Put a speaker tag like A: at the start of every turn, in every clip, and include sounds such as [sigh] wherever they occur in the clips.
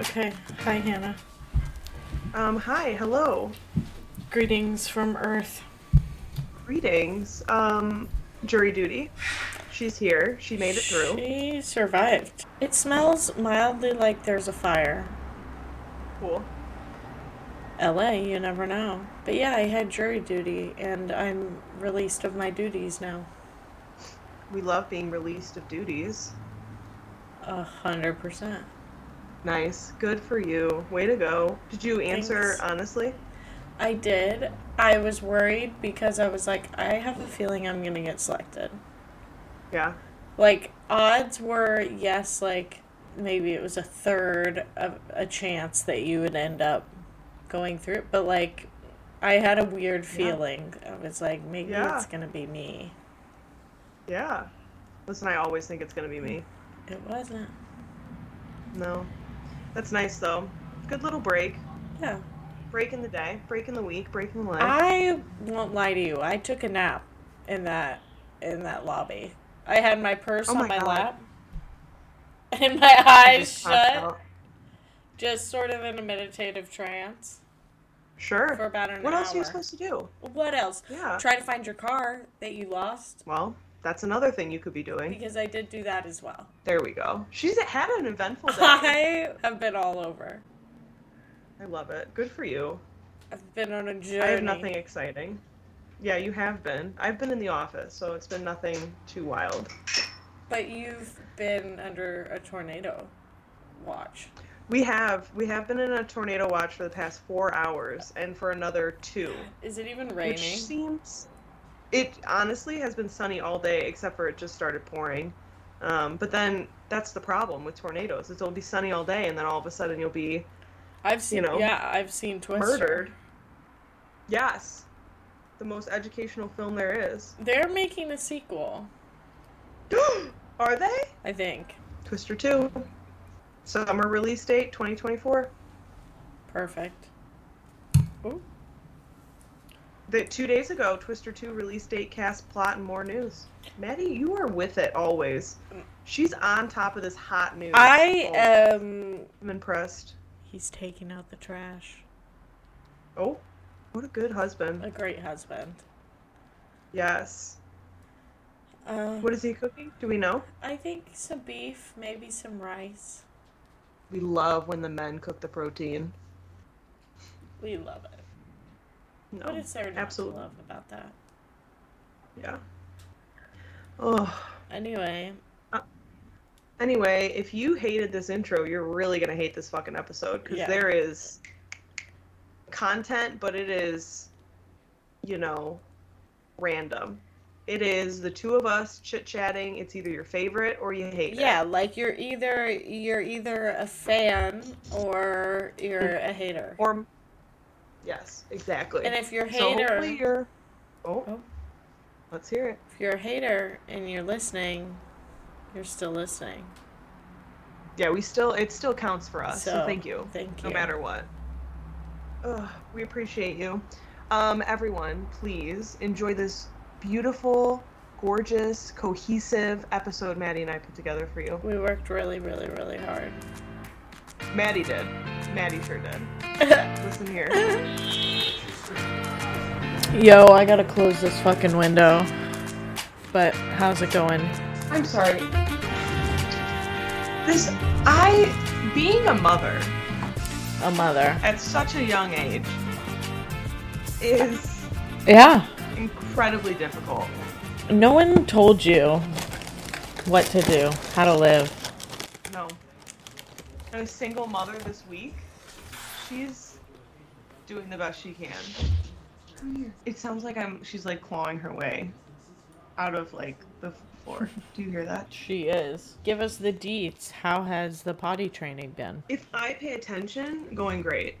A: Okay. Hi, Hannah.
B: Um, hi, hello,
A: Greetings from Earth.
B: greetings. Um, jury duty. She's here. She made it through.
A: She survived. It smells mildly like there's a fire.
B: Cool.
A: LA, you never know. But yeah, I had jury duty, and I'm released of my duties now.
B: We love being released of duties.
A: A hundred percent.
B: Nice. Good for you. Way to go. Did you answer
A: Thanks.
B: honestly?
A: I did. I was worried because I was like, I have a feeling I'm gonna get selected.
B: Yeah.
A: Like, odds were yes, like maybe it was a third of a chance that you would end up going through it, but like I had a weird feeling. I was like, maybe
B: Yeah.
A: it's gonna be me.
B: Yeah. Listen, I always think it's gonna be me.
A: It wasn't.
B: No. That's nice though. Good little break.
A: Yeah.
B: Break in the day. Break in the week. Break in the life.
A: I won't lie to you. I took a nap in that in that lobby. I had my purse
B: Oh
A: on
B: my
A: my
B: God.
A: lap [laughs] and my eyes
B: Just popped
A: shut,
B: out.
A: just sort of in a meditative trance for
B: Sure.
A: about an
B: What
A: hour.
B: else are you supposed to do?
A: What else?
B: Yeah.
A: Try to find your car that you lost
B: Well, that's another thing you could be doing.
A: because I did do that as
B: [laughs]
A: well.
B: There we go. She's had an eventful
A: I
B: day.
A: have been all over.
B: I love it. Good for you.
A: I've been on a journey.
B: I have nothing exciting. Yeah, you have been. I've been in the office, so it's been nothing too wild.
A: But you've been under a tornado watch.
B: We have we have been in a tornado watch for the past four hours, and for another two,
A: Is it even
B: which
A: raining?
B: seems. It honestly has been sunny all day, except for it just started pouring. Um, but then that's the problem with tornadoes; it'll be sunny all day, and then all of a sudden you'll be
A: I've seen
B: know,
A: yeah, I've seen Twister.
B: murdered. Yes, the most educational film there is.
A: They're making a sequel,
B: [gasps] Are they?
A: I think.
B: Twister 2. Summer release date 2024.
A: Perfect. Ooh.
B: The, two days ago, Twister 2 release date, cast, plot, and more news. Maddie, you are with it always. She's on top of this hot news.
A: I
B: Oh,
A: am
B: I'm impressed.
A: he's taking out the trash.
B: Oh, what a good husband.
A: A great husband.
B: Yes.
A: Uh,
B: What is he cooking? Do we know?
A: I think some beef, maybe some rice.
B: We love when the men cook the protein.
A: We love it.
B: No.
A: What is there not
B: absolutely.
A: to love about that?
B: Yeah. Oh.
A: Anyway,
B: Anyway, if you hated this intro, you're really gonna hate this fucking episode because
A: Yeah.
B: there is content, but it is, you know, random. It is the two of us chit chatting. It's either your favorite or you hate it.
A: yeah, like you're either you're either a fan or you're a hater.
B: Or yes, exactly.
A: And if you're a
B: so
A: hater,
B: hopefully you're. Oh,
A: Oh.
B: let's hear it.
A: if you're a hater and you're listening, you're still listening.
B: Yeah, we still it still counts for us. so
A: So,
B: thank you.
A: Thank you.
B: no matter what. Ugh, we appreciate you. Um, everyone, please enjoy this beautiful, gorgeous, cohesive episode Maddie and I put together for you.
A: We worked really, really, really hard.
B: Maddie did. Maddie sure [laughs] did. Listen here.
A: Yo, I gotta close this fucking window. But how's it going?
B: I'm sorry. This, I, being a mother
A: A mother.
B: at such a young age is
A: Yeah.
B: incredibly difficult.
A: No one told you what to do, how to live.
B: No. A single mother this week. She's doing the best she can. Come here. It sounds like I'm. She's like clawing her way out of like the [laughs] floor. Do you hear that?
A: She is. Give us the deets. How has the potty training been?
B: If I pay attention, going great.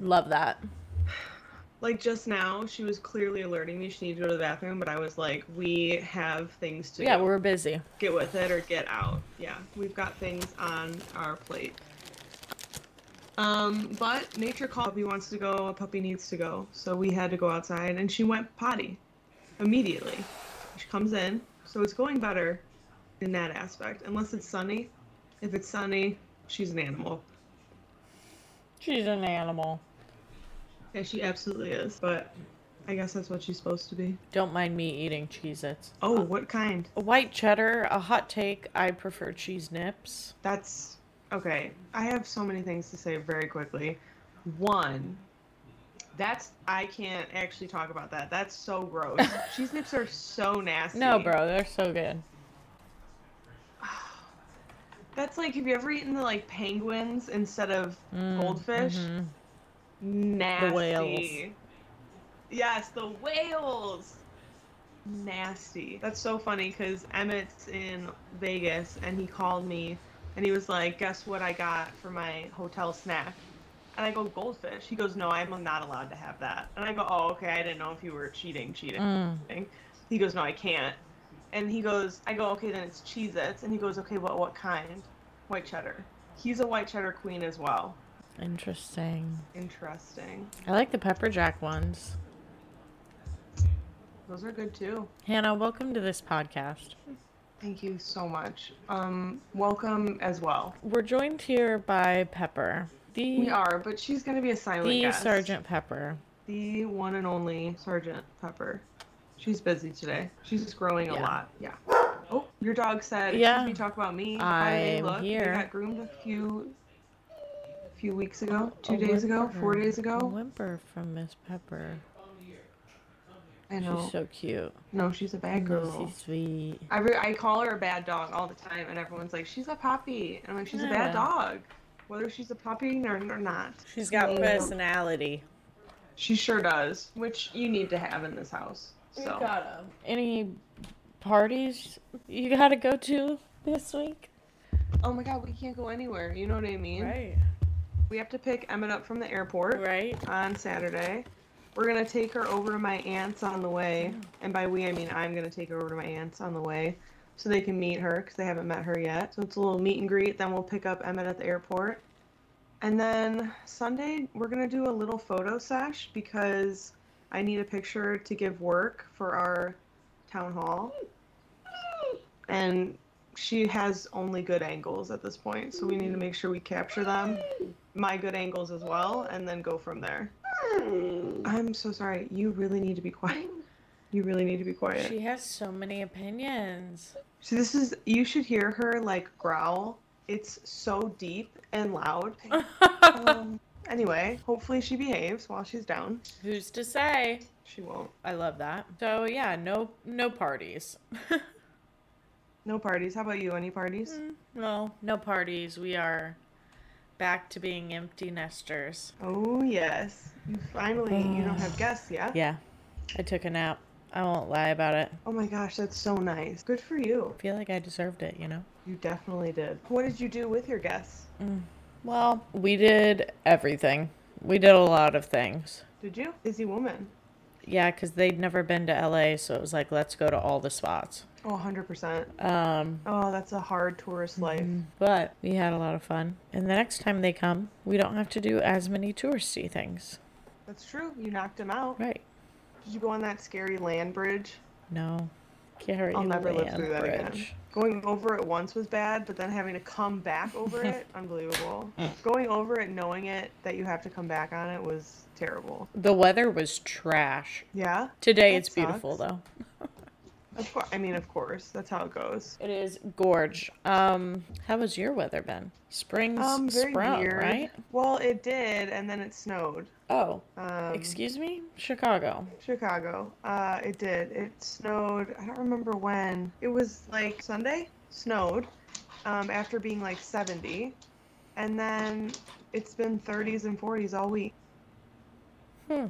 A: Love that.
B: Like just now, she was clearly alerting me she needed to go to the bathroom, but I was like, "We have things to
A: Yeah,
B: do.
A: we're busy.
B: get with it or get out. Yeah, we've got things on our plate. Um, but nature called. Puppy wants to go. A puppy needs to go. So we had to go outside, and she went potty immediately. She comes in, so it's going better in that aspect. Unless it's sunny. If it's sunny, she's an animal.
A: She's an animal.
B: Yeah, she absolutely is, but I guess that's what she's supposed to be.
A: Don't mind me eating Cheez Its.
B: Oh, what kind?
A: A white cheddar, a hot take. I prefer cheese nips.
B: That's okay. I have so many things to say very quickly. One, that's I can't actually talk about that. That's
A: [laughs]
B: so gross. Cheese nips are so nasty.
A: No, bro, they're so good.
B: That's like have you ever eaten the like penguins instead of goldfish?
A: mhm.
B: Nasty.
A: whales.
B: Yes, the whales. Nasty. That's so funny because Emmett's in Vegas and he called me and he was like, Guess what I got for my hotel snack? And I go, Goldfish. He goes, No, I'm not allowed to have that. And I go, Oh, okay. I didn't know if you were cheating, cheating.
A: Mm.
B: He goes, No, I can't. And he goes, I go, Okay, then it's Cheez Its. And he goes, Okay, what, what kind? White cheddar. He's a white cheddar queen as well.
A: Interesting.
B: Interesting.
A: I like the pepper jack ones.
B: Those are good too.
A: Hannah, welcome to this podcast.
B: Thank you so much. Um, welcome as well.
A: We're joined here by Pepper,
B: We
A: the
B: are, but she's gonna be a silent
A: the
B: guest.
A: Sergeant Pepper.
B: the one and only Sergeant Pepper. She's busy today. She's growing a
A: Yeah.
B: lot. Yeah. Oh, your dog said,
A: Yeah.
B: "Excuse me, talk about me." How do they
A: I'm
B: look? They
A: here.
B: got groomed a few, few weeks ago,
A: Two
B: two days ago, four days
A: A
B: ago.
A: whimper from Miss Pepper.
B: I know.
A: She's so cute.
B: no, she's a bad girl.
A: She's sweet.
B: I, re- I call her a bad dog all the time, and everyone's like, "She's a puppy," and I'm like, "She's a
A: Yeah.
B: bad dog." Whether she's a puppy or, or not,
A: She's got
B: Mm.
A: personality.
B: She sure does, which you need to have in this house. So
A: Any parties you gotta go to this week?
B: Oh my god, we can't go anywhere. You know what I mean?
A: Right.
B: We have to pick Emmett up from the airport
A: Right.
B: on Saturday. We're gonna take her over to my aunt's on the way, and by we I mean I'm gonna take her over to my aunt's on the way, so they can meet her because they haven't met her yet. So it's a little meet and greet. Then we'll pick up Emmett at the airport, and then Sunday we're gonna do a little photo sesh because I need a picture to give work for our town hall, and she has only good angles at this point, so we need to make sure we capture them, my good angles as well, and then go from there. I'm so sorry. You really need to be quiet. You really need to be quiet.
A: She has so many [laughs] opinions.
B: so this is you should hear her like growl. It's so deep and loud. um, anyway, hopefully she behaves while she's down.
A: Who's to say?
B: She won't.
A: I love that. So yeah, no no parties. [laughs]
B: No parties. How about you? Any parties?
A: no, no parties. We are back to being empty nesters.
B: Oh yes. You finally you don't have guests yet.
A: Yeah. I took a nap. I won't lie about it.
B: Oh my gosh, that's so nice. Good for you.
A: I feel like I deserved it, you know?
B: You definitely did. What did you do with your guests?
A: Well, we did everything. We did a lot of things.
B: Did you? Busy woman.
A: Yeah, because they'd never been to LA, so it was like, let's go to all the spots.
B: Oh, 100%.
A: Um,
B: Oh, that's a hard tourist life.
A: Mm-hmm. but we had a lot of fun. And the next time they come, we don't have to do as many touristy things.
B: That's true. You knocked him out.
A: Right.
B: Did you go on that scary land bridge?
A: No. Carry
B: I'll never live
A: land
B: through that again.
A: bridge.
B: Going over it once was bad, but then having to come back over it, unbelievable. Going over it, knowing it, that you have to come back on it was terrible.
A: The weather was trash.
B: Yeah,
A: Today
B: That
A: it's beautiful
B: sucks.
A: though.
B: of course. I mean, of course. That's how it goes.
A: It is gorge. Um, how has your weather been? Spring's
B: Um, very
A: sprung,
B: weird.
A: right?
B: Well, it did, and then it snowed.
A: Oh,
B: Um,
A: excuse me, Chicago.
B: Chicago. Uh, it did. It snowed. I don't remember when. It was like Sunday. Snowed. Um, after being like 70, and then it's been 30s and 40s all week.
A: Hmm.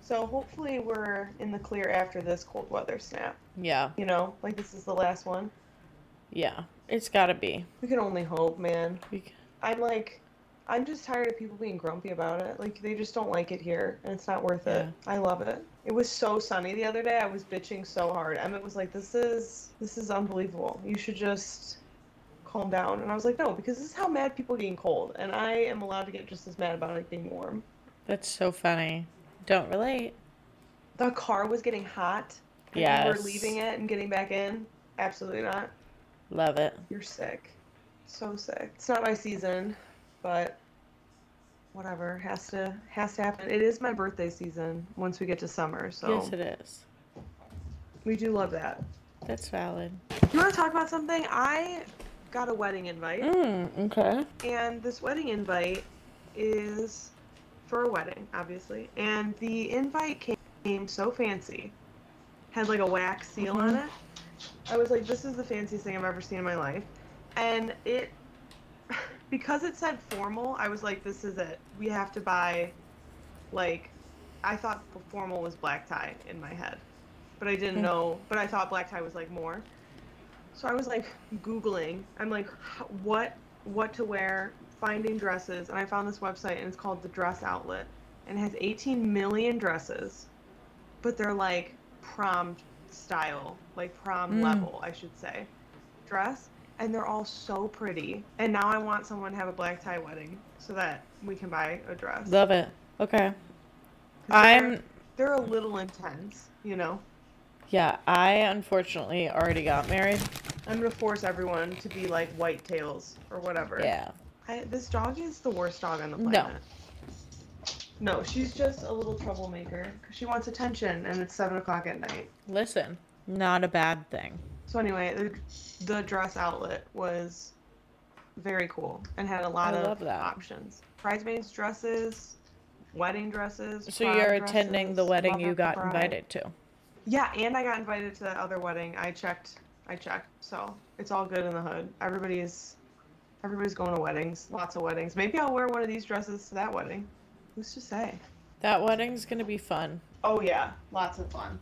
B: So hopefully we're in the clear after this cold weather snap.
A: Yeah,
B: You know, like this is the last one.
A: yeah. It's gotta be.
B: We can only hope, man.
A: We c-
B: I'm like, I'm just tired of people being grumpy about it. Like they just don't like it here, and it's not worth it.
A: Yeah.
B: I love it. It was so sunny the other day. I was bitching so hard. Emmett was like, "This is this is unbelievable. You should just calm down." And I was like, "No, because this is how mad people get in cold, and I am allowed to get just as mad about it being warm."
A: That's so funny. Don't relate.
B: The car was getting hot. and
A: Yeah.
B: we were leaving it and getting back in. Absolutely not.
A: Love it.
B: You're sick. So sick. It's not my season, but whatever has to has to happen. It is my birthday season once we get to summer, so
A: Yes, it is.
B: we do love that.
A: That's valid.
B: You want to talk about something? I got a wedding invite,
A: Mm, okay.
B: and this wedding invite is for a wedding, obviously. And the invite came, came so fancy, had like a wax seal on it. I was like, this is the fanciest thing I've ever seen in my life. And it, [laughs] because it said formal, I was like, this is it. We have to buy, like, I thought formal was black tie in my head, but I didn't know, but I thought black tie was like more. So I was like Googling. I'm like, h- what what to wear, finding dresses, and I found this website and it's called the Dress Outlet, and it has 18 million dresses, but they're like prom style, like prom
A: Mm.
B: level, I should say, dress, and they're all so pretty. And now I want someone to have a black tie wedding so that we can buy a dress. 'Cause
A: Love it. Okay.
B: they're-
A: I'm
B: They're a little intense, you know.
A: yeah, I unfortunately already got married.
B: I'm gonna force everyone to be like white tails or whatever.
A: Yeah.
B: I, this dog is the worst dog on the
A: No.
B: planet. No. she's just a little troublemaker 'cause she wants attention, and it's seven o'clock at night.
A: Listen, not a bad thing.
B: So anyway, the, the dress outlet was very cool and had a lot
A: I
B: of
A: love that.
B: options: bridesmaids dresses, wedding dresses.
A: So
B: prom
A: you're attending the
B: dresses,
A: wedding
B: mother
A: you
B: of
A: got
B: bride.
A: invited to.
B: Yeah, and I got invited to the other wedding. I checked. I checked. So it's all good in the hood. Everybody's everybody's going to weddings. Lots of weddings. Maybe I'll wear one of these dresses to that wedding. Who's to say?
A: That wedding's gonna be fun.
B: Oh yeah, lots of fun.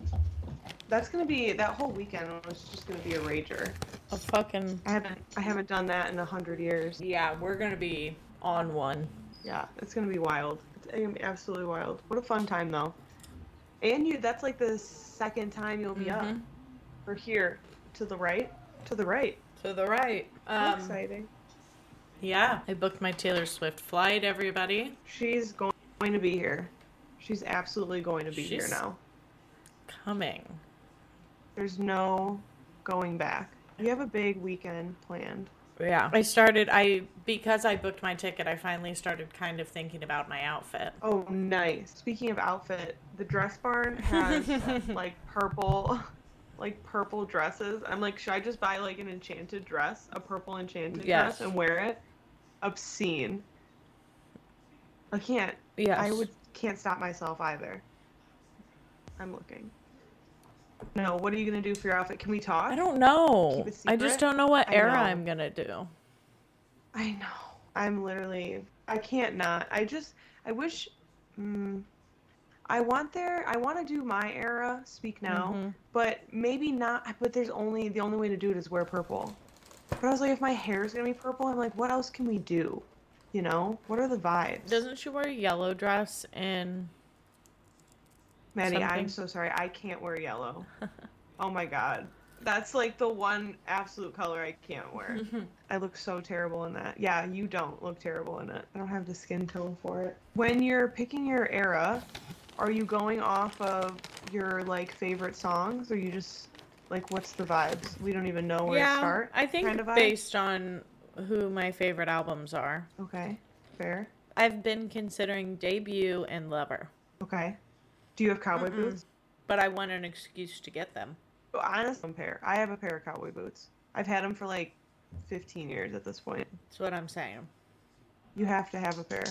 B: That's gonna be that whole weekend was just gonna be a rager.
A: A fucking
B: I haven't I haven't done that in a hundred years.
A: Yeah, we're gonna be on one.
B: Yeah, it's gonna be wild. It's gonna be absolutely wild. What a fun time though. And you that's like the second time you'll be up.
A: Mhm.
B: Or here. To the right. To the right.
A: To the right.
B: How
A: Um,
B: exciting.
A: yeah, I booked my Taylor Swift flight. Everybody,
B: She's going to be here. She's absolutely going to be here
A: She's-
B: now.
A: coming.
B: There's no going back. You have a big weekend planned.
A: Yeah. I started I because I booked my ticket, I finally started kind of thinking about my outfit.
B: Oh, nice. Speaking of outfit, the dress
A: [laughs]
B: barn has like purple, like purple dresses. I'm like, should I just buy like an enchanted dress, a purple enchanted
A: Yes.
B: dress, and wear it? Obscene. I can't.
A: Yes.
B: I would can't stop myself either. I'm looking. No, what are you gonna do for your outfit? Can we talk?
A: I don't know.
B: Keep it
A: I just
B: secret?
A: don't know what
B: I
A: era
B: know.
A: I'm gonna do.
B: I know. I'm literally. I can't not. I just. I wish. Mm, I want there. I want to do my era. Speak now,
A: Mhm.
B: but maybe not. But there's only the only way to do it is wear purple. But I was like, if my hair is gonna be purple, I'm like, what else can we do? You know, what are the vibes?
A: Doesn't she wear a yellow dress in
B: Maddie,
A: something-
B: I'm so sorry. I can't wear
A: [laughs]
B: yellow. oh my god. That's like the one absolute color I can't wear.
A: [laughs]
B: I look so terrible in that. Yeah, you don't look terrible in it. I don't have the skin tone for it. When you're picking your era, are you going off of your like favorite songs or you just like what's the vibes? We don't even know where to
A: Yeah,
B: start.
A: I think
B: kind of vibe?
A: based on who my favorite albums are.
B: Okay. Fair.
A: I've been considering debut and lover,
B: Okay. Do you have cowboy
A: Mm-mm.
B: boots?
A: but I want an excuse to get them.
B: Honestly, one pair. I have a pair of cowboy boots. I've had them for like 15 years at this point.
A: That's what I'm saying.
B: You have to have a pair.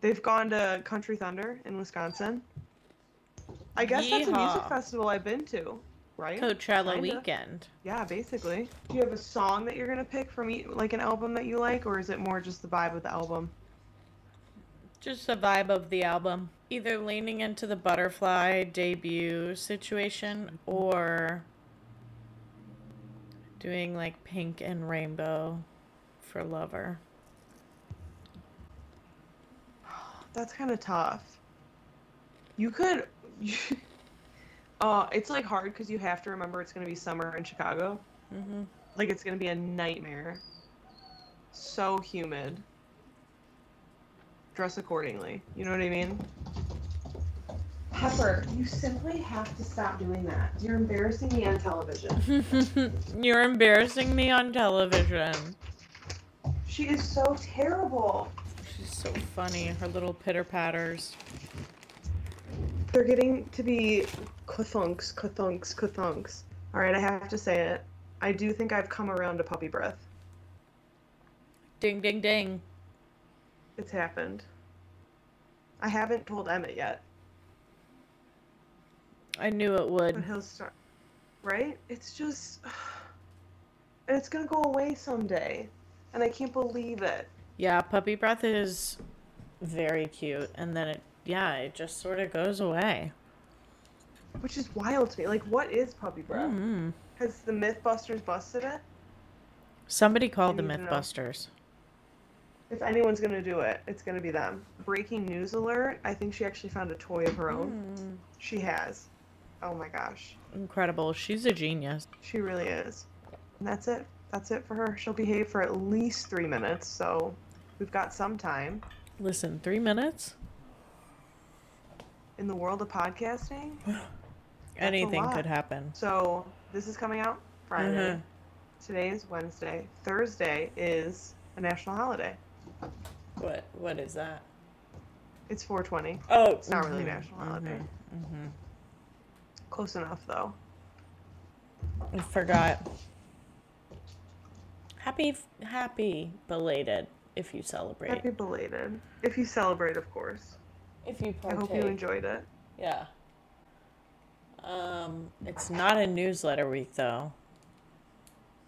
B: They've gone to Country Thunder in Wisconsin. I guess that's a music
A: Yeehaw.
B: festival I've been to, right?
A: Coachella
B: Kinda.
A: weekend.
B: Yeah, basically. Do you have a song that you're gonna pick from e- like an album that you like, or is it more just the vibe of the album?
A: Just the vibe of the album. Either leaning into the butterfly debut situation or doing like pink and rainbow for lover. [laughs]
B: That's kind of tough. You could. [laughs] uh, it's like hard because you have to remember it's gonna be summer in Chicago.
A: hmm
B: Like it's gonna be a nightmare. So humid. Dress accordingly. You know what I mean? Pepper, you simply have to stop doing that. You're embarrassing me on television.
A: You're embarrassing me on television.
B: She is so terrible.
A: She's so funny. Her little pitter patters.
B: They're getting to be kathunks, kathunks, kathunks. All right, I have to say it. I do think I've come around to puppy breath.
A: Ding, ding, ding.
B: It's happened. I haven't told Emmett yet,
A: I knew it
B: but
A: would.
B: he'll start. Right? It's just. [sighs] And it's gonna go away someday, and I can't believe it.
A: Yeah, puppy breath is very cute. And then it, yeah, it just sort of goes away.
B: Which is wild to me. Like, what is puppy breath?
A: Mm.
B: Has the MythBusters busted it?
A: Somebody called the
B: need to know.
A: Mythbusters.
B: If anyone's gonna do it, it's gonna be them. Breaking news alert! I think she actually found a toy of her own.
A: Mm.
B: She has. Oh my gosh,
A: Incredible. She's a genius.
B: she really is. And that's it. That's it for her. She'll behave for at least three minutes, so we've got some time.
A: Listen, three minutes?
B: in the world of podcasting. a
A: Anything
B: lot. Mm-hmm.
A: could happen.
B: So this is coming out Friday.
A: Mhm.
B: Today is Wednesday. Thursday is a national holiday.
A: What? What is that?
B: It's 420.
A: Oh, mm-hmm.
B: It's not really national holiday. Close enough though.
A: I forgot. Happy, happy belated if you celebrate.
B: Happy belated. If you celebrate, of course.
A: If you
B: I
A: partake.
B: hope you enjoyed it.
A: Yeah. Um, it's not a newsletter week though.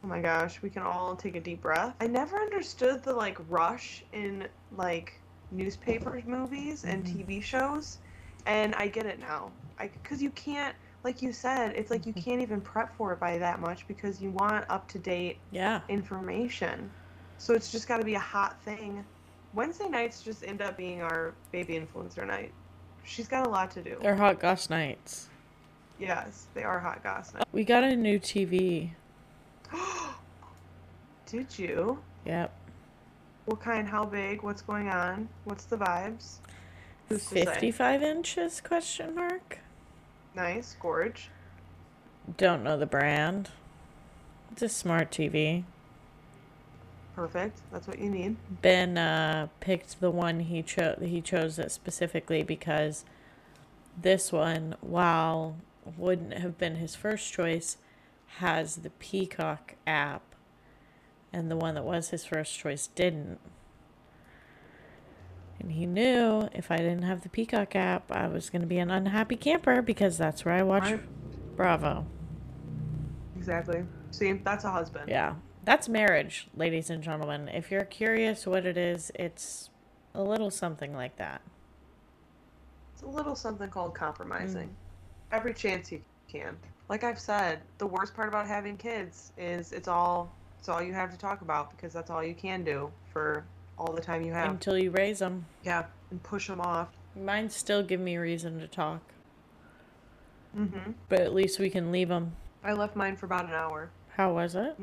B: Oh my gosh, we can all take a deep breath. I never understood the like rush in like newspapers, movies, and
A: Mhm.
B: TV shows, and I get it now. I because you can't, like you said, it's like you can't even prep for it by that much because you want up to date
A: Yeah.
B: information. So it's just got to be a hot thing. Wednesday nights just end up being our baby influencer night. She's got a lot to do.
A: They're hot gosh nights.
B: Yes, they are hot gossip.
A: We got a new TV.
B: Did you?
A: Yep.
B: What kind? How big? What's going on? What's the vibes? Who's to say?
A: Fifty-five inches? Question mark.
B: Nice, gorge.
A: Don't know the brand. It's a smart TV.
B: Perfect. That's what you need.
A: Ben uh, picked the one he chose. He chose it specifically because this one, while wouldn't have been his first choice, has the Peacock app, and the one that was his first choice didn't. And he knew if I didn't have the Peacock app, I was going to be an unhappy camper because that's where I watch Bravo.
B: Exactly. See, that's a husband.
A: Yeah. That's marriage, ladies and gentlemen. If you're curious what it is, it's a little something like that.
B: It's a little something called compromising. Every chance you can. Like I've said, the worst part about having kids is it's all it's all you have to talk about because that's all you can do for all the time you have.
A: Until you raise them.
B: yeah, and push them off.
A: Mine still give me reason to talk,
B: hmm
A: but at least we can leave them.
B: I left mine for about an hour.
A: How was it?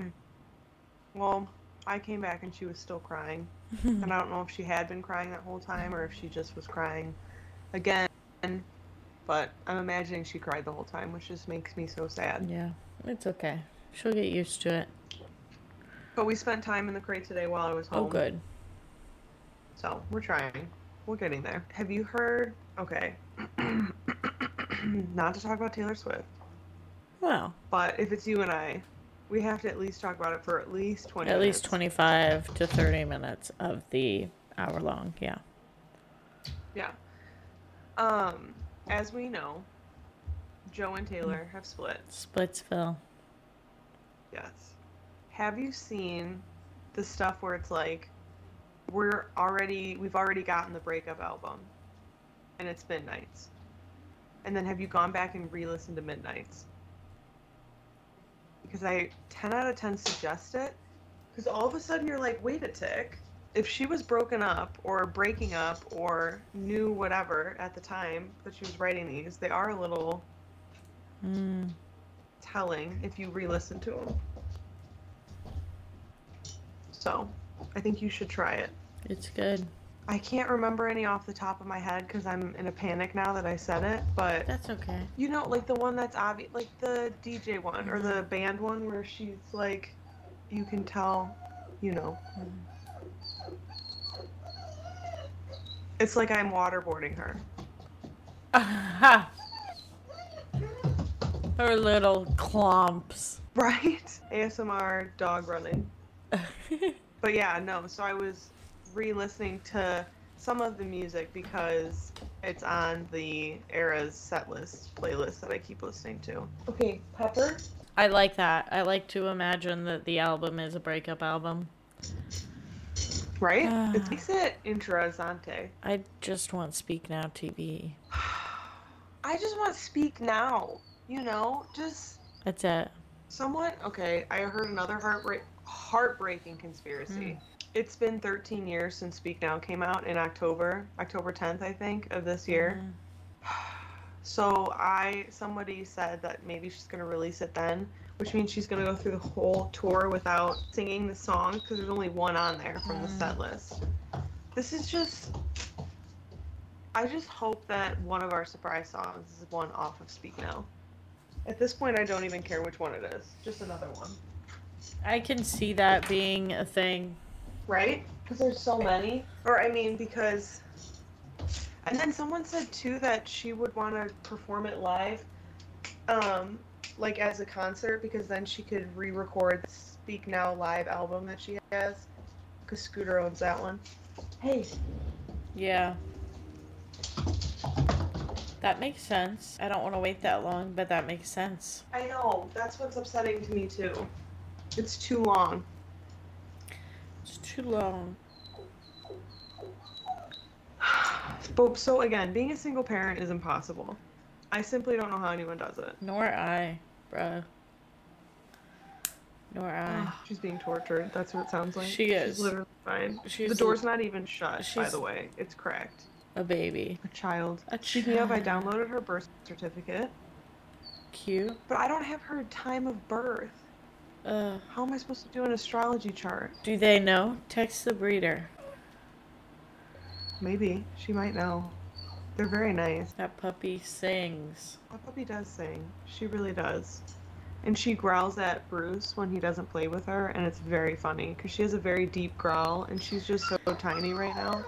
B: Well, I came back and she was
A: [laughs]
B: still crying, and I don't know if she had been crying that whole time or if she just was crying again. But I'm imagining she cried the whole time, which just makes me so sad.
A: Yeah, it's okay. She'll get used to it.
B: But we spent time in the crate today while I was home.
A: Oh, good.
B: So we're trying. We're getting there. Have you heard? Okay. [clears throat] Not to talk about Taylor Swift,
A: Well,
B: but if it's you and I, we have to at least talk about it for at least 20
A: at least
B: minutes.
A: 25 to 30 minutes of the hour long. Yeah.
B: Yeah. Um, as we know, Joe and Taylor have split.
A: Splitsville.
B: Yes. Have you seen the stuff where it's like we're already we've already gotten the breakup album and it's Midnight's. And then have you gone back and re-listened to Midnight's? Because I 10 out of 10 suggest it cuz all of a sudden you're like wait a tick. If she was broken up or breaking up or knew whatever at the time that she was writing these, they are a little
A: Mm.
B: telling if you re-listen to them. So, I think you should try it.
A: It's good.
B: I can't remember any off the top of my head because I'm in a panic now that I said it, but
A: That's okay.
B: you know, like the one that's obvious, like the DJ one or the band one where she's like, you can tell, you know. It's like I'm waterboarding her. [laughs]
A: [laughs] Aha. Her little clomps.
B: Right? ASMR dog running. But yeah, no. So I was re-listening to some of the music because it's on the Era's set list playlist that I keep listening to. Okay, Pepper.
A: [laughs] I like that. I like to imagine that the album is a breakup album.
B: Right?
A: Ah.
B: it makes it interessante.
A: I just want Speak Now TV.
B: I just want to speak now. You know, just
A: That's it.
B: Someone okay, I heard another heartbreak heartbreaking conspiracy. Hmm. It's been 13 years since Speak Now came out in October, October 10th, I think, of this year.
A: Mhm.
B: So I somebody said that maybe she's going to release it then, which means she's going to go through the whole tour without singing the song because there's only one on there from the
A: Mm.
B: set list. This is just I just hope that one of our surprise songs is one off of Speak Now. At this point, I don't even care which one it is. Just another one.
A: I can see that being a thing.
B: Right? Because there's so many. Or, I mean, because. And then someone said, too, that she would want to perform it live, um, like as a concert, because then she could re record the Speak Now live album that she has. Because Scooter owns that one. Hey.
A: Yeah. That makes sense. I don't want to wait that long, but that makes sense.
B: I know. That's what's upsetting to me, too. It's too long. [sighs]
A: It's too long.
B: But so again, being a single parent is impossible. I simply don't know how anyone does it.
A: Nor I, bruh. Nor I.
B: Ugh, she's being tortured. That's what it sounds like.
A: She
B: She's
A: is.
B: literally fine.
A: She's
B: the door's not even shut, by
A: she's-
B: the way. It's cracked.
A: A baby.
B: A child.
A: A
B: Speaking of, I
A: child.
B: downloaded her birth certificate,
A: Cute.
B: but I don't have her time of birth.
A: Uh,
B: How am I supposed to do an astrology chart?
A: do they know? Text the breeder.
B: Maybe she might know. They're very nice.
A: That puppy sings.
B: That puppy does sing. She really does. And she growls at Bruce when he doesn't play with her, and it's very funny because she has a very deep growl, and she's just so tiny right now.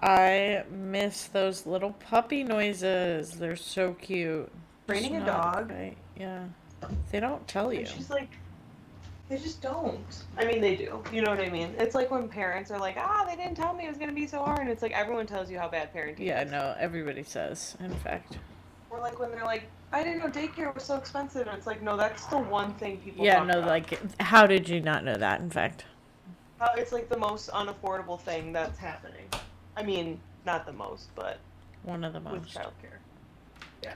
A: I miss those little puppy noises. They're so cute.
B: Training a
A: It's not
B: dog,
A: right. Yeah. They don't tell you.
B: and she's like, they just don't. I mean, they do. You know what I mean? It's like when parents are like, ah, they didn't tell me it was gonna be so hard, and it's like everyone tells you how bad parenting.
A: Yeah,
B: is.
A: no, everybody says, in fact.
B: Or like when they're like, I didn't know daycare was so expensive, and it's like, no, that's the one thing people.
A: Yeah,
B: talk
A: no,
B: about.
A: like, how did you not know that, in fact?
B: How it's like the most unaffordable thing that's happening. I mean, not the most, but
A: One of the
B: with
A: most.
B: childcare.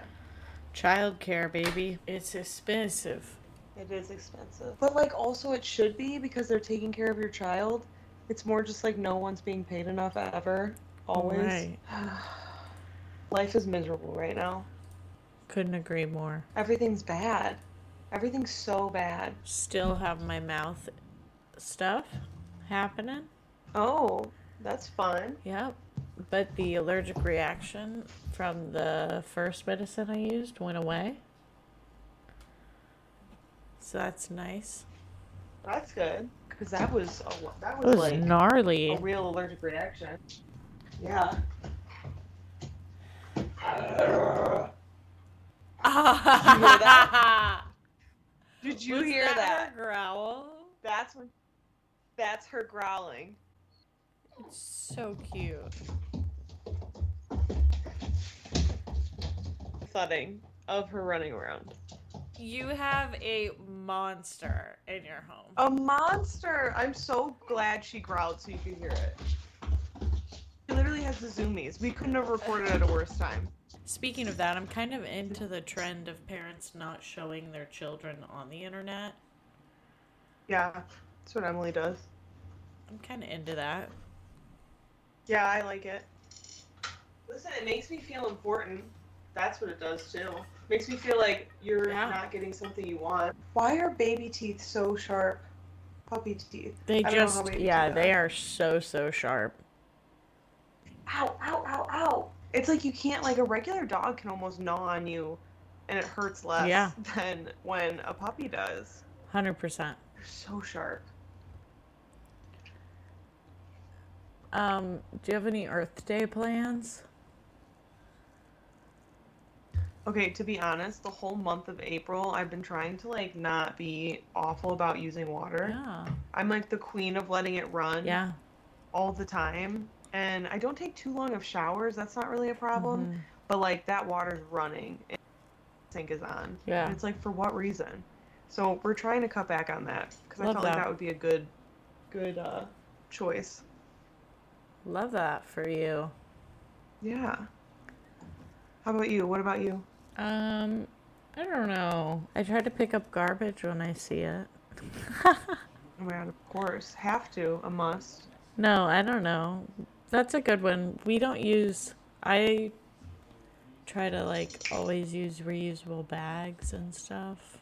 A: Childcare, baby. It's expensive.
B: It is expensive. But like also it should be because they're taking care of your child. It's more just like no one's being paid enough ever. Always.
A: Right.
B: [sighs] Life is miserable right now.
A: Couldn't agree more.
B: Everything's bad. Everything's so bad.
A: Still have my mouth stuff happening.
B: Oh, that's fun.
A: Yep. But the allergic reaction from the first medicine I used went away. So that's nice.
B: That's good. Cause that was a, lo- that
A: It
B: was
A: was
B: like
A: gnarly. [laughs]
B: a real allergic reaction. Yeah. that? Did you
A: Was
B: hear that?
A: her growl?
B: That's when. That's her growling.
A: It's so cute.
B: thudding of her running around.
A: You have a monster in your home.
B: A monster! I'm so glad she growled so you could hear it. She literally has the zoomies. We couldn't have recorded at a worse time.
A: Speaking of that, I'm kind of into the trend of parents not showing their children on the internet.
B: Yeah, that's what Emily does.
A: I'm kind of into that.
B: Yeah, I like it. Listen, it makes me feel important. That's what it does too. Makes me feel like you're
A: Yeah.
B: not getting something you want. Why are baby teeth so sharp? Puppy teeth.
A: They
B: I don't know how
A: just,
B: we do
A: yeah,
B: that.
A: they are so, so sharp.
B: ow, ow, ow, ow. It's like you can't like a regular dog can almost gnaw on you and it hurts less
A: Yeah.
B: [laughs] than when a puppy does.
A: 100%.
B: They're so sharp.
A: Um, do you have any Earth Day plans?
B: Okay, to be honest, the whole month of April, I've been trying to like not be awful about using water.
A: Yeah.
B: I'm like the queen of letting it run
A: Yeah.
B: all the time, and I don't take too long of showers. That's not really a problem,
A: Mhm.
B: but like that water's running, and sink is on.
A: Yeah.
B: and it's like for what reason? So we're trying to cut back on that because I
A: Love
B: felt like
A: that.
B: that would be a good, good uh, choice.
A: Love that for you.
B: Yeah. How about you? What about you?
A: Um, I don't know. I try to pick up garbage when I see it. [laughs]
B: Oh my god, of course, have to, a must.
A: No, I don't know. That's a good one. We don't use. I try to like always use reusable bags and stuff.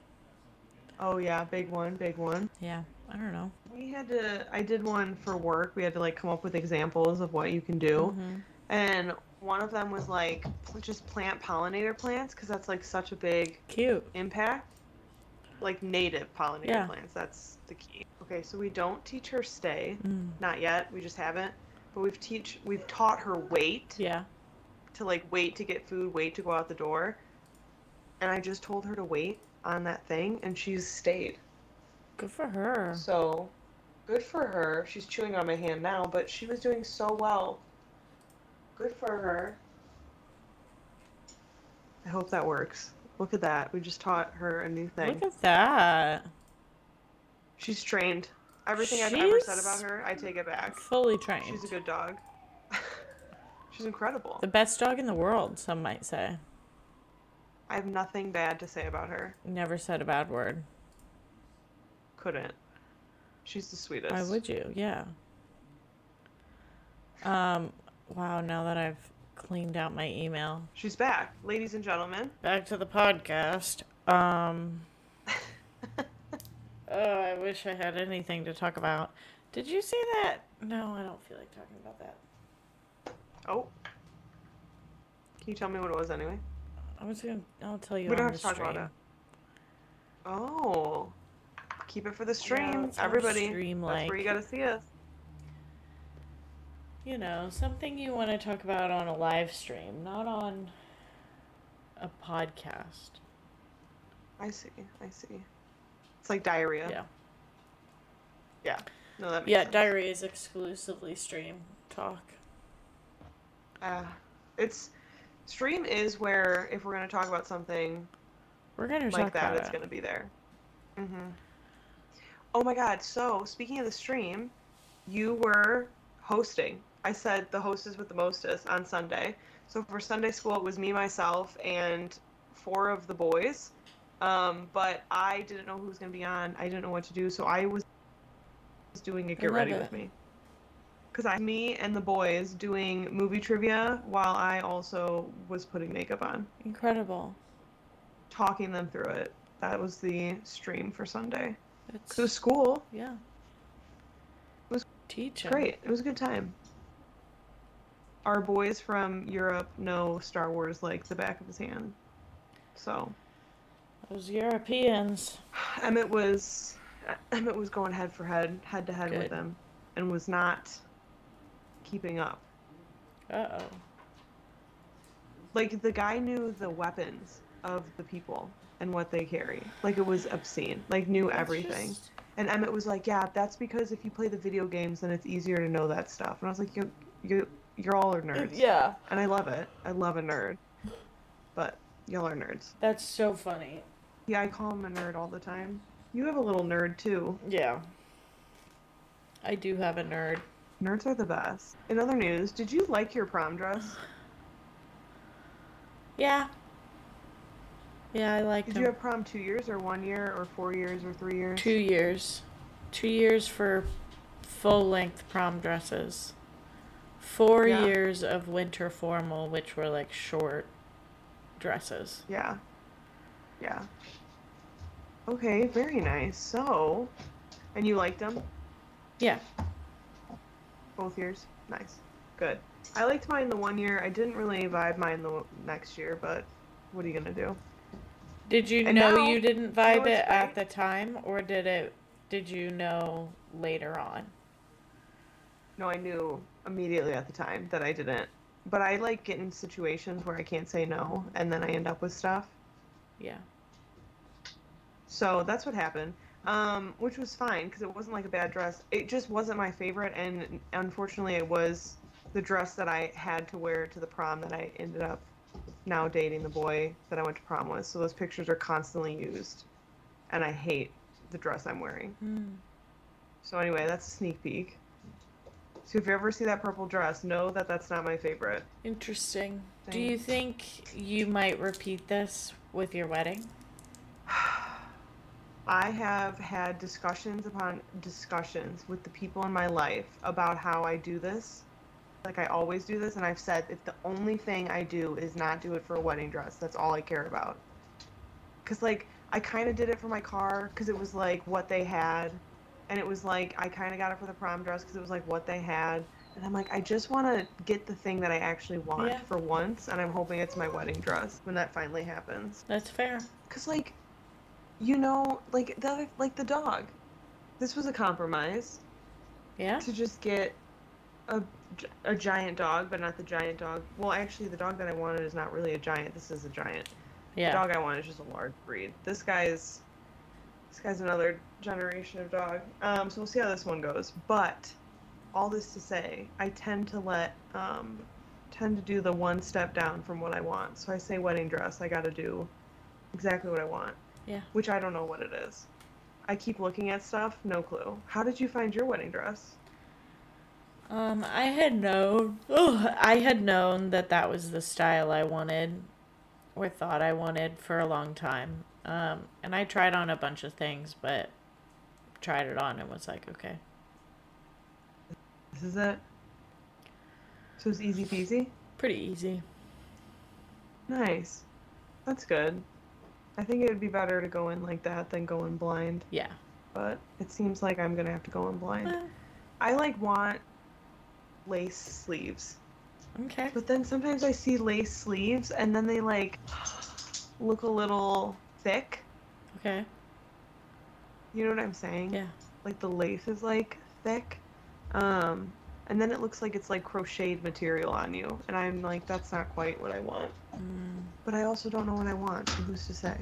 B: Oh yeah, big one, big one.
A: Yeah, I don't know.
B: We had to. I did one for work. We had to like come up with examples of what you can do,
A: Mhm.
B: and one of them was like pl- just plant pollinator plants because that's like such a big
A: Cute.
B: impact. Like native pollinator
A: Yeah.
B: plants. That's the key. Okay, so we don't teach her stay,
A: Mm.
B: not yet. We just haven't. But we've teach we've taught her wait
A: Yeah.
B: to like wait to get food, wait to go out the door. And I just told her to wait on that thing, and she's stayed.
A: Good for her.
B: So good for her. She's chewing on my hand now, but she was doing so well. Good for her. I hope that works. Look at that. We just taught her a new thing.
A: Look at that.
B: She's trained. Everything I've ever said
A: She's-
B: about her, I take it back.
A: Fully trained.
B: She's a good dog. [laughs] She's incredible.
A: the best dog in the world, some might say.
B: I have nothing bad to say about her.
A: Never said a bad word.
B: Couldn't. She's the sweetest.
A: Why would you? Yeah. Um, wow, now that I've cleaned out my email.
B: She's back, ladies and gentlemen. [laughs]
A: Back to the podcast. Um Oh, I wish I had anything to talk about. Did you see that? No, I don't feel like talking about that.
B: Oh. Can you tell me what it was anyway?
A: I was gonna I'll tell you.
B: we don't
A: on
B: have to
A: the
B: talk about it.
A: stream.
B: Oh. Keep it for the stream,
A: it's our
B: everybody.
A: stream,
B: That's where
A: like-
B: you gotta see us.
A: You know, something you want to talk about on a live stream, not on a podcast.
B: I see. I see. It's like diarrhea.
A: Yeah.
B: Yeah. No, that makes
A: Yeah,
B: sense.
A: diary is exclusively stream talk.
B: Uh, it's stream is where if we're gonna talk about something
A: We're gonna
B: like
A: talk
B: that,
A: about
B: it's
A: it.
B: gonna be there. Mm-hmm. Oh my god! So speaking of the stream, you were hosting. I said the hostess with the mostest on Sunday. So for Sunday school, it was me, myself, and four of the boys. Um, but I didn't know who was gonna be on. I didn't know what to do, so I was was doing a get
A: love
B: ready
A: it.
B: with me. Cause I, me and the boys doing movie trivia while I also was putting makeup on
A: Incredible.
B: talking them through it. That was the stream for Sunday.
A: It's
B: It was school.
A: yeah.
B: It was
A: teaching.
B: Great. It was a good time. Our boys from Europe know Star Wars like the back of his hand. So
A: Those Europeans.
B: Emmett was Emmett was going head for head, head to head with
A: Good.
B: them, and was not keeping up.
A: Uh oh.
B: Like the guy knew the weapons of the people and what they carry. Like it was obscene. Like knew everything. And Emmett was like, "Yeah, that's because if you play the video games, then it's easier to know that stuff." And I was like, "You, you, you're all are nerds."
A: yeah,
B: And I love it. I love a nerd. But y'all are nerds.
A: that's so funny.
B: Yeah, I call him a nerd all the time. You have a little nerd too.
A: Yeah. I do have a nerd.
B: Nerds are the best. In other news, did you like your prom dress?
A: Yeah. Yeah, I like
B: Did
A: him.
B: you have prom two years or one year or four years or three years?
A: Two years. Two years for full length prom dresses. Four
B: Yeah.
A: years of winter formal, which were like short dresses.
B: Yeah. Yeah. Okay, very nice. So, and you liked them?
A: Yeah.
B: Both years? Nice. Good. I liked mine the one year. I didn't really vibe mine the next year, but what are you going to do?
A: Did you
B: And
A: know
B: now-
A: you didn't vibe
B: what's
A: it at
B: great?
A: the time, or did it? Did you know later on?
B: No, I knew. immediately at the time that I didn't. But I like get in situations where I can't say no, and then I end up with stuff.
A: Yeah.
B: So that's what happened, um, which was fine because it wasn't like a bad dress. It just wasn't my favorite, and unfortunately, it was the dress that I had to wear to the prom that I ended up now dating the boy that I went to prom with. So those pictures are constantly used, and I hate the dress I'm wearing. So anyway, that's a sneak peek. So if you ever see that purple dress, know that that's not my favorite.
A: Interesting. Do you think you might repeat this with your wedding?
B: I have had discussions upon discussions with the people in my life about how I do this. Like I always do this, and I've said if the only thing I do is not do it for a wedding dress, that's all I care about. Cause like I kind of did it for my car, cause it was like what they had, and it was like I kind of got it for the prom dress, cause it was like what they had, and I'm like I just want to get the thing that I actually want
A: Yeah.
B: for once, and I'm hoping it's my wedding dress when that finally happens.
A: That's fair.
B: Cause like, you know, like the other, like the dog. This was a compromise
A: Yeah.
B: to just get a, gi- a giant dog, but not the giant dog. Well, actually, the dog that I wanted is not really a giant. This is a giant.
A: Yeah.
B: The dog I want is just a large breed. This guy's this guy's another generation of dog. Um, so we'll see how this one goes. But all this to say, I tend to let um, tend to do the one step down from what I want. So I say wedding dress. I got to do exactly what I want.
A: Yeah.
B: Which I don't know what it is. I keep looking at stuff. No clue. How did you find your wedding dress?
A: Um, I had known. Oh, I had known that that was the style I wanted, or thought I wanted for a long time. Um, and I tried on a bunch of things, but tried it on and was like, okay,
B: This is it. So it's easy peasy.
A: pretty easy.
B: Nice. That's good. I think it would be better to go in like that than go in blind,
A: Yeah.
B: but it seems like I'm gonna have to go in blind.
A: Well,
B: I like want lace sleeves,
A: okay.
B: but then sometimes I see lace sleeves and then they like look a little thick.
A: Okay.
B: You know what I'm saying?
A: Yeah.
B: Like the lace is like thick, um, and then it looks like it's like crocheted material on you, and I'm like, that's not quite what I want.
A: Mm,
B: But I also don't know what I want. so Who's to say?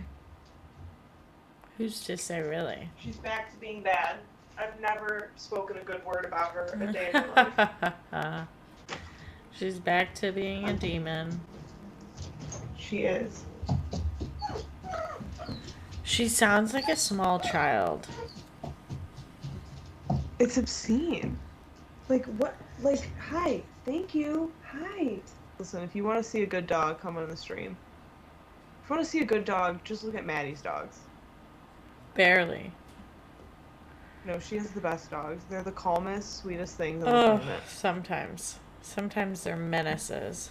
A: who's to say, really?
B: She's back to being bad. I've never spoken a good word about her
A: [laughs]
B: a day in [laughs] my life.
A: She's back to being a demon.
B: She is.
A: She sounds like a small child.
B: It's obscene. Like what? Like hi, thank you, hi. Listen, if you want to see a good dog, come on the stream. If you want to see a good dog, just look at Maddie's dogs.
A: Barely.
B: No, she has the best dogs. They're the calmest, sweetest things on the
A: Oh,
B: planet.
A: sometimes. Sometimes they're menaces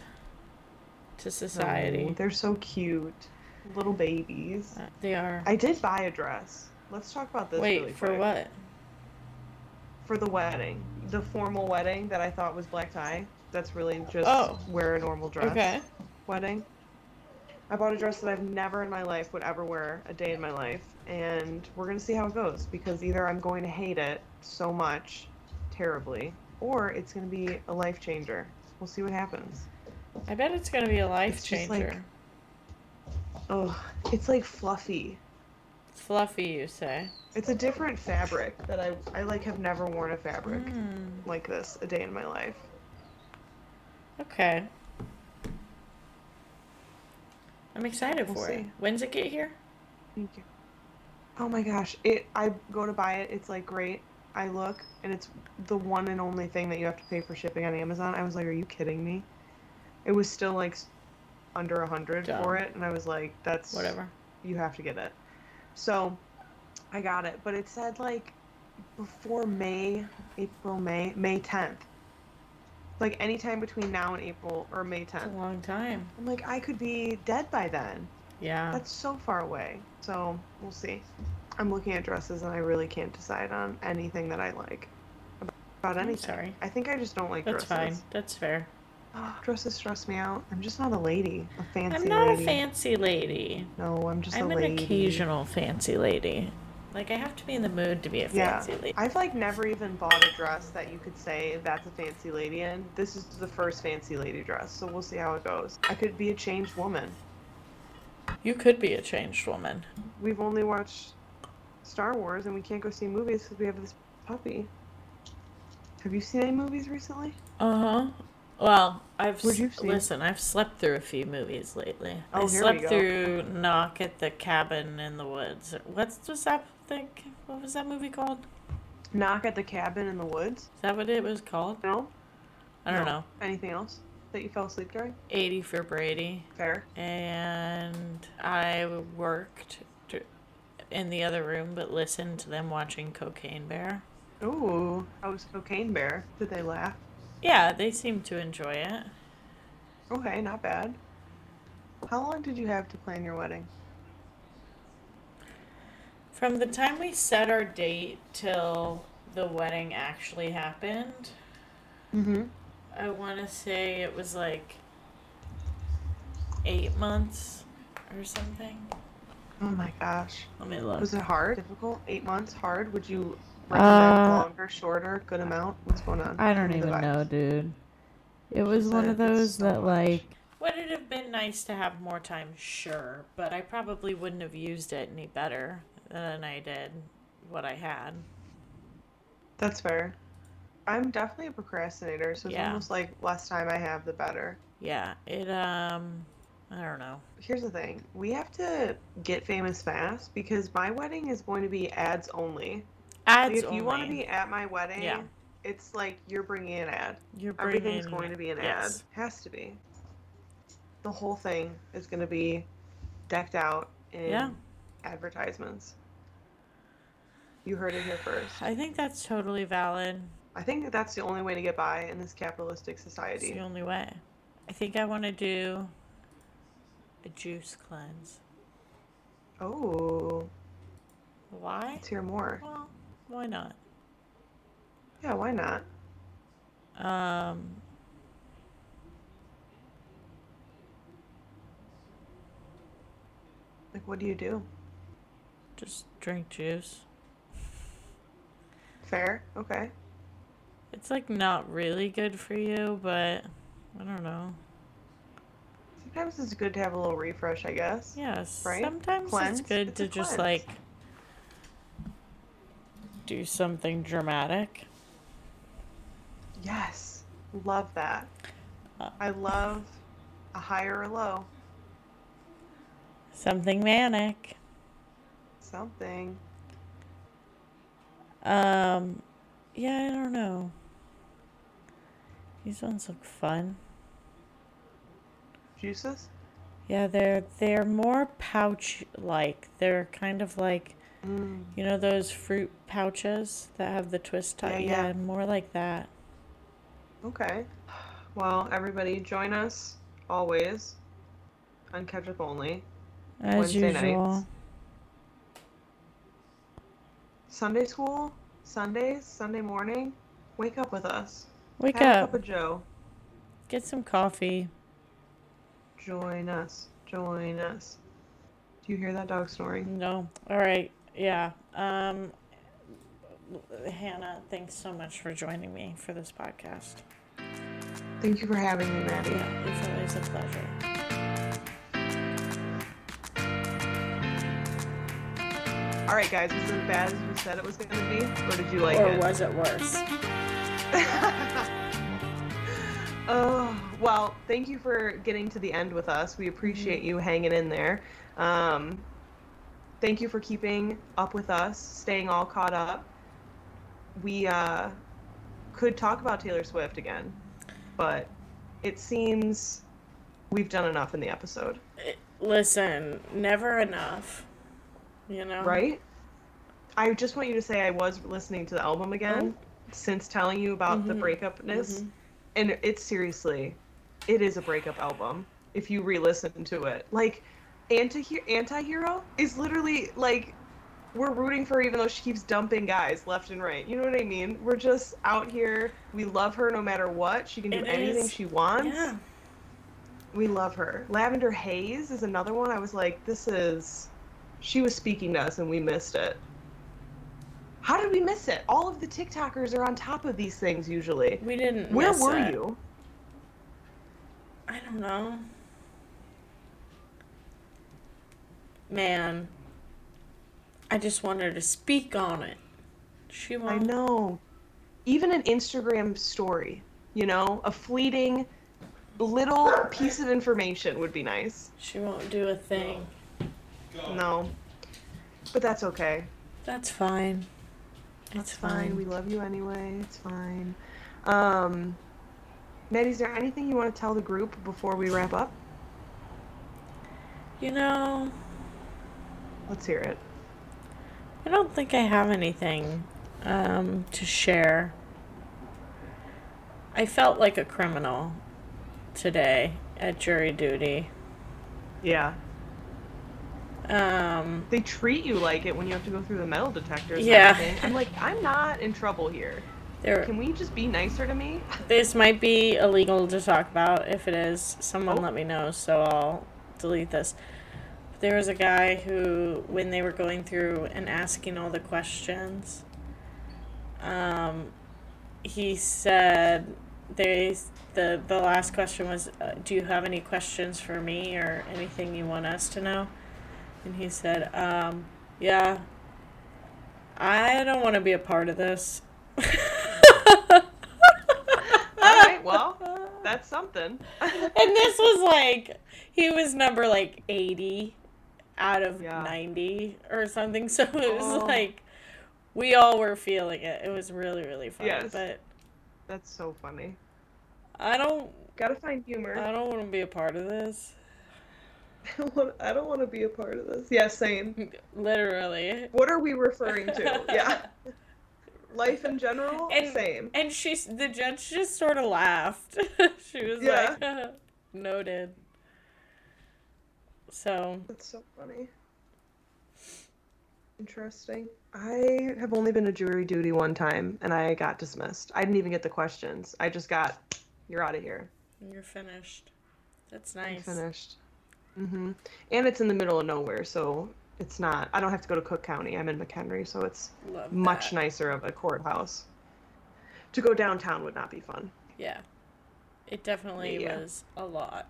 A: to
B: No,
A: society.
B: they're so cute, little babies.
A: Uh, They are.
B: I did buy a dress. Let's talk about this.
A: Wait,
B: really
A: for
B: quick.
A: what?
B: for the wedding, the formal wedding that I thought was black tie. That's really just
A: Oh.
B: wear a normal dress.
A: Okay.
B: Wedding. I bought a dress that I've never in my life would ever wear a day in my life, and we're gonna see how it goes because either I'm going to hate it so much, terribly, or it's gonna be a life changer. We'll see what happens.
A: I bet it's going to be a life
B: It's just like-
A: changer.
B: Ugh, it's like fluffy.
A: Fluffy, you say?
B: It's a different fabric that I I like have never worn a fabric
A: Hmm.
B: like this a day in my life.
A: Okay. I'm excited
B: We'll
A: for it.
B: see.
A: When's it get here?
B: Thank you. Oh my gosh, it I go to buy it, it's like great. I look and it's the one and only thing that you have to pay for shipping on Amazon. I was like, "Are you kidding me?" It was still like s- under a 100
A: Dumb.
B: for it and I was like, "That's
A: Whatever.
B: you have to get it." So, I got it, but it said like before May, April, May, May 10th. Like anytime between now and April or May
A: It's a
B: 10th.
A: long time.
B: I'm like, I could be dead by then.
A: Yeah.
B: That's so far away. So we'll see. I'm looking at dresses and I really can't decide on anything that I like. About
A: I'm
B: anything.
A: sorry.
B: I think I just don't like
A: That's fine.
B: dresses. [gasps]
A: That's fair.
B: dresses stress me out. I'm just not a lady. A fancy
A: I'm not
B: lady.
A: a fancy lady.
B: No, I'm just
A: I'm
B: a
A: an
B: lady.
A: occasional fancy lady. Like I have to be in the mood to be a
B: Yeah.
A: fancy lady.
B: I've like never even bought a dress that you could say that's a fancy lady in. This is the first fancy lady dress, so we'll see how it goes. I could be a changed woman.
A: You could be a changed woman.
B: We've only watched Star Wars and we can't go see movies because we have this puppy. Have you seen any movies recently?
A: Uh huh. Well, I've s-
B: What'd you see?
A: listen. I've slept through a few movies lately.
B: Oh,
A: I
B: here we
A: slept
B: go.
A: through Knock at the Cabin in the Woods. What's was that thing? What was that movie called?
B: Knock at the Cabin in the Woods?
A: Is that what it was called?
B: No?
A: I don't
B: No.
A: know.
B: Anything else that you fell asleep during?
A: Eighty for Brady,
B: Fair.
A: and I worked to, in the other room, but listened to them watching Cocaine Bear.
B: Ooh, I was Cocaine Bear. Did they laugh?
A: Yeah, they seemed to enjoy it.
B: Okay, not bad. How long did you have to plan your wedding?
A: From the time we set our date till the wedding actually happened,
B: Mm-hmm.
A: I want to say it was like eight months or something.
B: Oh my gosh.
A: Let me look.
B: Was it hard? Difficult? Eight months? Hard? Would you recommend
C: Uh,
B: longer, shorter, good amount? What's going on?
C: I don't
B: Give me the
C: even
B: vibes.
C: know, dude. It was one
B: said
C: of
B: it's
C: those
B: so
C: that,
B: much.
C: like,
A: Would it have been nice to have more time? Sure, but I probably wouldn't have used it any better than I did what I had.
B: That's fair. I'm definitely a procrastinator, so it's
A: Yeah.
B: almost like less time I have, the better.
A: Yeah, it, um, I don't know.
B: Here's the thing we have to get famous fast because my wedding is going to be ads only. Like,
A: Ads
B: if you want to
A: only.
B: be at my wedding,
A: Yeah.
B: it's like you're bringing an ad.
A: You're bringing,
B: Everything's going to be an
A: yes.
B: ad. Has to be. The whole thing is going to be decked out in
A: Yeah.
B: advertisements. You heard it here first.
A: I think that's totally valid.
B: I think that that's the only way to get by in this capitalistic
A: It's the
B: society.
A: only way. I think I want to do a juice cleanse.
B: Oh,
A: Why?
B: let's hear more.
A: Well, why not?
B: Yeah, why not?
A: Um,
B: Like, what do you do?
A: just drink juice.
B: Fair? Okay.
A: It's like not really good for you, but I don't know.
B: Sometimes it's good to have a little refresh, I guess.
A: Yes,
B: Right?
A: sometimes
B: Cleanse?
A: it's good
B: It's
A: to
B: a
A: just
B: cleanse.
A: like do something dramatic.
B: Yes. Love that.
A: Uh.
B: I love a high or a low.
A: Something manic.
B: Something.
A: Um, yeah, I don't know. These ones look fun.
B: Juices?
A: Yeah, they're they're more pouch like. They're kind of like
B: Mm.
A: you know those fruit pouches that have the twist tie.
B: Yeah, yeah.
A: yeah, more like that.
B: Okay. Well, everybody, join us always on Ketchup Only.
A: As
B: Wednesday nights.
A: usual.
B: Sunday school, Sundays, Sunday morning. Wake up with us.
A: Wake
B: Have a
A: up.
B: cup of Joe.
A: Get some coffee.
B: Join us. Join us. Do you hear that dog snoring?
A: No. All right. Yeah. Um Hannah, thanks so much for joining me for this podcast.
B: Thank you for having me, Maddie.
A: Yeah, it's always a pleasure.
B: All right, guys, was it as bad as we said it was going to be, or did you like
A: or
B: it?
A: was it worse?
B: [laughs] oh, well, thank you for getting to the end with us. We appreciate you hanging in there. Um, thank you for keeping up with us, staying all caught up. We uh, could talk about Taylor Swift again, but it seems we've done enough in the episode,
A: Eh, Listen, never enough. You know?
B: right? I just want you to say I was listening to the album again
A: Oh.
B: since telling you about the
A: Mhm.
B: breakupness.
A: Mhm.
B: and it's seriously it is a breakup album if you re-listen to it like anti anti-hero is literally like we're rooting for her even though she keeps dumping guys left and right you know what i mean we're just out here we love her no matter what she can do
A: It
B: anything
A: is-
B: she wants
A: Yeah.
B: we love her lavender haze is another one i was like this is she was speaking to us and we missed it How did we miss it? All of the TikTokers are on top of these things usually.
A: We didn't.
B: Where
A: miss
B: were
A: it.
B: you?
A: I don't know. Man, I just want her to speak on it. She
B: I
A: won't.
B: know. Even an Instagram story, you know, a fleeting little piece of information would be nice.
A: She won't do a thing.
B: No. But that's okay.
A: That's fine.
B: That's
A: It's
B: fine.
A: fine.
B: We love you anyway. It's fine. Um, Maddie, is there anything you want to tell the group before we wrap up?
A: You know,
B: Let's hear it.
A: I don't think I have anything um, to share. I felt like a criminal today at jury duty.
B: Yeah.
A: Um,
B: They treat you like it when you have to go through the metal detectors. and
A: Yeah.
B: everything. I'm like, I'm not in trouble here.
A: there,
B: Can we just be nicer
A: [laughs]
B: to me? [laughs]
A: This might be illegal to talk about. If it is, someone
B: Oh.
A: let me know so I'll delete this. There was a guy who, when they were going through and asking all the questions, um, he said they the the last question was, uh, "Do you have any questions for me or anything you want us to know?" And he said, um, "Yeah, I don't want to be a part of this." [laughs]
B: All right, well, that's something. [laughs]
A: and this was like he was number like 80 out of
B: Yeah.
A: 90 or something [laughs] so it was
B: Oh.
A: like we all were feeling it it was really really fun
B: Yes.
A: but
B: That's so funny.
A: i don't
B: Gotta find humor.
A: i don't want to be a part of this
B: [laughs] I don't want to be a part of this. Yeah, same.
A: literally
B: What are we
A: [laughs]
B: referring to? Yeah. Life in general?
A: And-
B: same.
A: and she's the judge just sort of laughed [laughs] she was like [laughs] noted so
B: That's so funny. Interesting. I have only been to jury duty one time and I got dismissed. I didn't even get the questions. I just got, you're out of here.
A: you're finished that's
B: I'm
A: nice
B: Finished. hmm And it's in the middle of nowhere, so it's not, I don't have to go to Cook County. I'm in McHenry, so it's
A: Love
B: much
A: that.
B: nicer of a courthouse. To go downtown would not be fun.
A: yeah it definitely
B: Yeah.
A: was a lot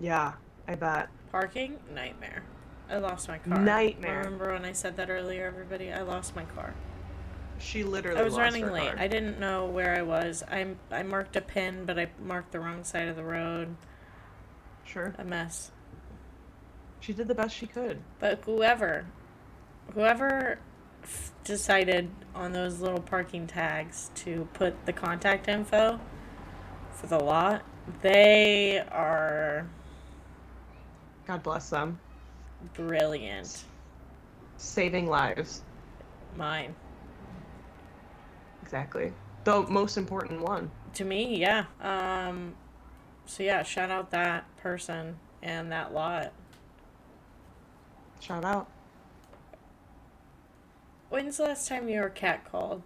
B: Yeah, I bet.
A: Parking nightmare. I lost my car.
B: Nightmare.
A: Remember when I said that earlier, everybody? I lost my car.
B: She literally
A: I was
B: lost
A: running
B: her
A: late.
B: car.
A: I didn't know where I was. I I marked a pin, but I marked the wrong side of the road.
B: Sure.
A: A mess.
B: She did the best she could.
A: But whoever, whoever f- decided on those little parking tags to put the contact info for the lot, they are
B: God bless them.
A: brilliant.
B: Saving lives.
A: Mine.
B: Exactly. The most important one.
A: to me yeah um so yeah shout out that person and that lot
B: Shout out.
A: when's the last time you were catcalled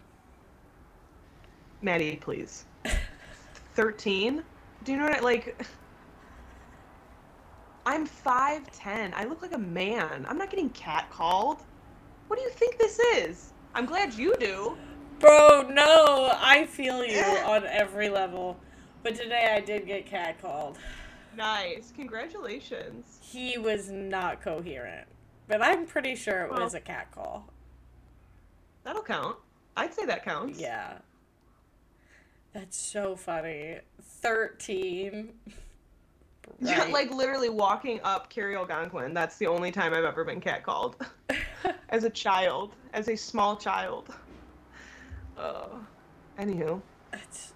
A: [laughs]
B: Maddie, please. 13? Do you know what I like? I'm 5'10. I look like a man. I'm not getting catcalled. What do you think this is? I'm glad you do.
A: bro no i feel you on every level but today i did get catcalled
B: Nice. Congratulations.
A: he was not coherent but i'm pretty sure it
B: Oh.
A: was a catcall
B: That'll count. I'd say that counts. [laughs]
A: yeah that's so funny 13
B: [laughs] Yeah,
A: Right.
B: like literally walking up Carrie Algonquin. That's the only time I've ever been catcalled. [laughs]
A: [laughs]
B: as a child, as a small child. Oh. Anywho,
A: [laughs] that's,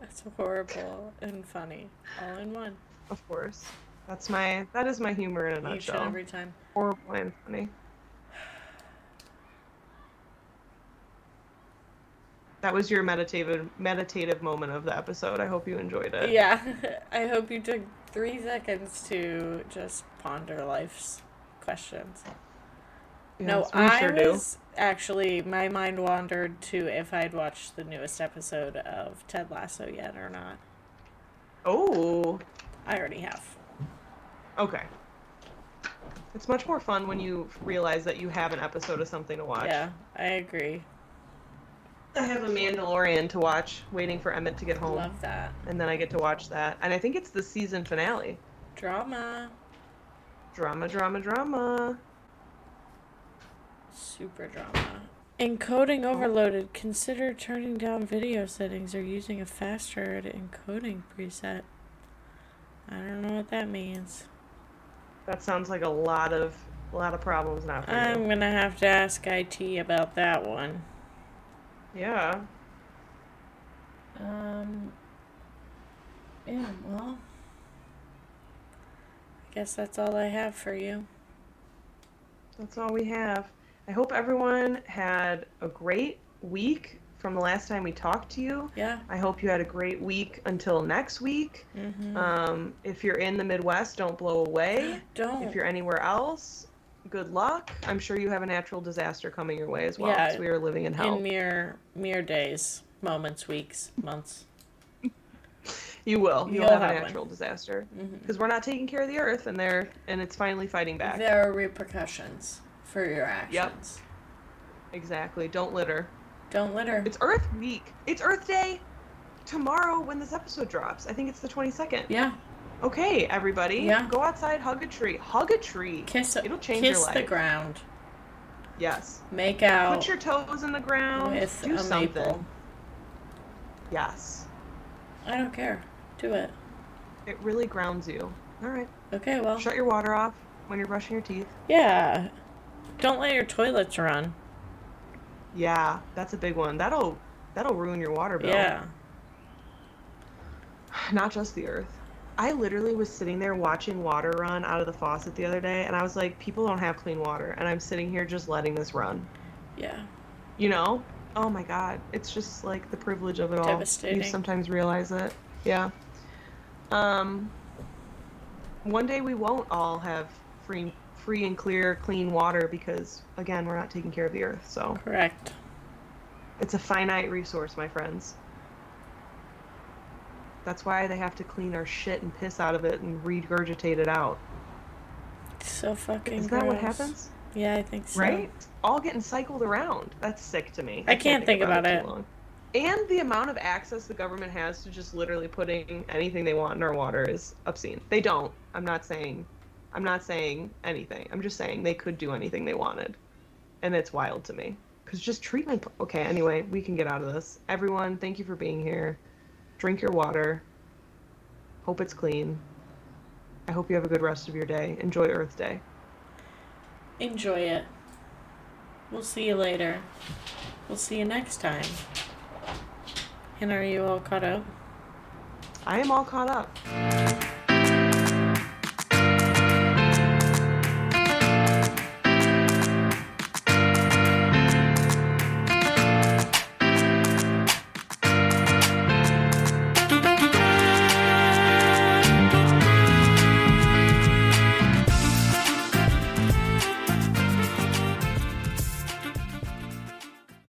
A: that's horrible and funny all in one
B: of course. That's my that is my humor in a
A: each and
B: nutshell.
A: every time
B: Horrible and funny. That was your meditative meditative moment of the episode. I hope you enjoyed it.
A: Yeah, [laughs] I hope you took three seconds to just ponder life's questions. no,
B: Yes, we
A: I
B: sure do.
A: was actually my mind wandered to if I'd watched the newest episode of Ted Lasso yet or not.
B: Oh,
A: I already have.
B: okay. It's much more fun when you realize that you have an episode of something to watch.
A: Yeah, I agree.
B: I have a Mandalorian to watch, waiting for Emmett to get home,
A: Love that.
B: and then I get to watch that. And I think it's the season finale.
A: Drama.
B: Drama, drama, drama.
A: Super drama. Oh. Encoding overloaded. Consider turning down video settings or using a faster encoding preset. I don't know what that means.
B: That sounds like a lot of a lot of problems not for you.
A: I'm gonna have to ask IT about that one.
B: Yeah.
A: Um. Yeah, well. I guess that's all I have for you.
B: That's all we have. I hope everyone had a great week from the last time we talked to you.
A: Yeah.
B: I hope you had a great week until next week.
A: Mm-hmm.
B: Um, if you're in the Midwest, don't blow
A: [gasps]
B: away.
A: Don't.
B: If you're anywhere else, good luck. I'm sure you have a natural disaster coming your way as well
A: Yeah.
B: because we are living in hell.
A: in mere mere days, moments, weeks, months.
B: you will. You'll,
A: You'll
B: have,
A: have
B: a
A: one.
B: natural disaster
A: Mhm.
B: because we're not taking care of the earth and they're and it's finally fighting back.
A: There are repercussions for your actions.
B: Exactly. Don't litter.
A: Don't litter.
B: It's Earth Week. It's Earth Day tomorrow when this episode drops. I think it's the 22nd.
A: yeah.
B: Okay, everybody.
A: Yeah.
B: Go outside, hug a tree. Hug a tree.
A: Kiss
B: It'll change your
A: kiss the
B: life.
A: ground.
B: Yes.
A: Make out
B: Put your toes in the ground.
A: Oh. with
B: Do
A: a
B: something.
A: maple.
B: Yes.
A: I don't care. Do it.
B: It really grounds you. All right.
A: Okay, well.
B: Shut your water off when you're brushing your teeth.
A: Yeah. Don't let your toilets run.
B: Yeah, that's a big one. That'll that'll ruin your water bill.
A: Yeah.
B: [sighs] Not just the earth. I literally was sitting there watching water run out of the faucet the other day and I was like, people don't have clean water and I'm sitting here just letting this run.
A: Yeah.
B: you know oh my god it's just like the privilege of it all
A: Devastating.
B: you sometimes realize it yeah um one day we won't all have free free and clear clean water because again we're not taking care of the earth so
A: Correct.
B: it's a finite resource my friends that's why they have to clean our shit and piss out of it and regurgitate it out
A: So fucking
B: isn't that what
A: gross.
B: happens
A: Yeah, I think so.
B: right? All getting cycled around. That's sick to me.
A: I can't think about it.
B: too long. And the amount of access the government has to just literally putting anything they want in our water is obscene. They don't. I'm not saying, I'm not saying anything. I'm just saying they could do anything they wanted, and it's wild to me. Cause just treatment. pl- Okay. Anyway, we can get out of this. Everyone, thank you for being here. Drink your water. Hope it's clean. I hope you have a good rest of your day. Enjoy Earth Day.
A: Enjoy it. We'll see you later. We'll see you next time. And are you all caught up?
B: I am all caught up.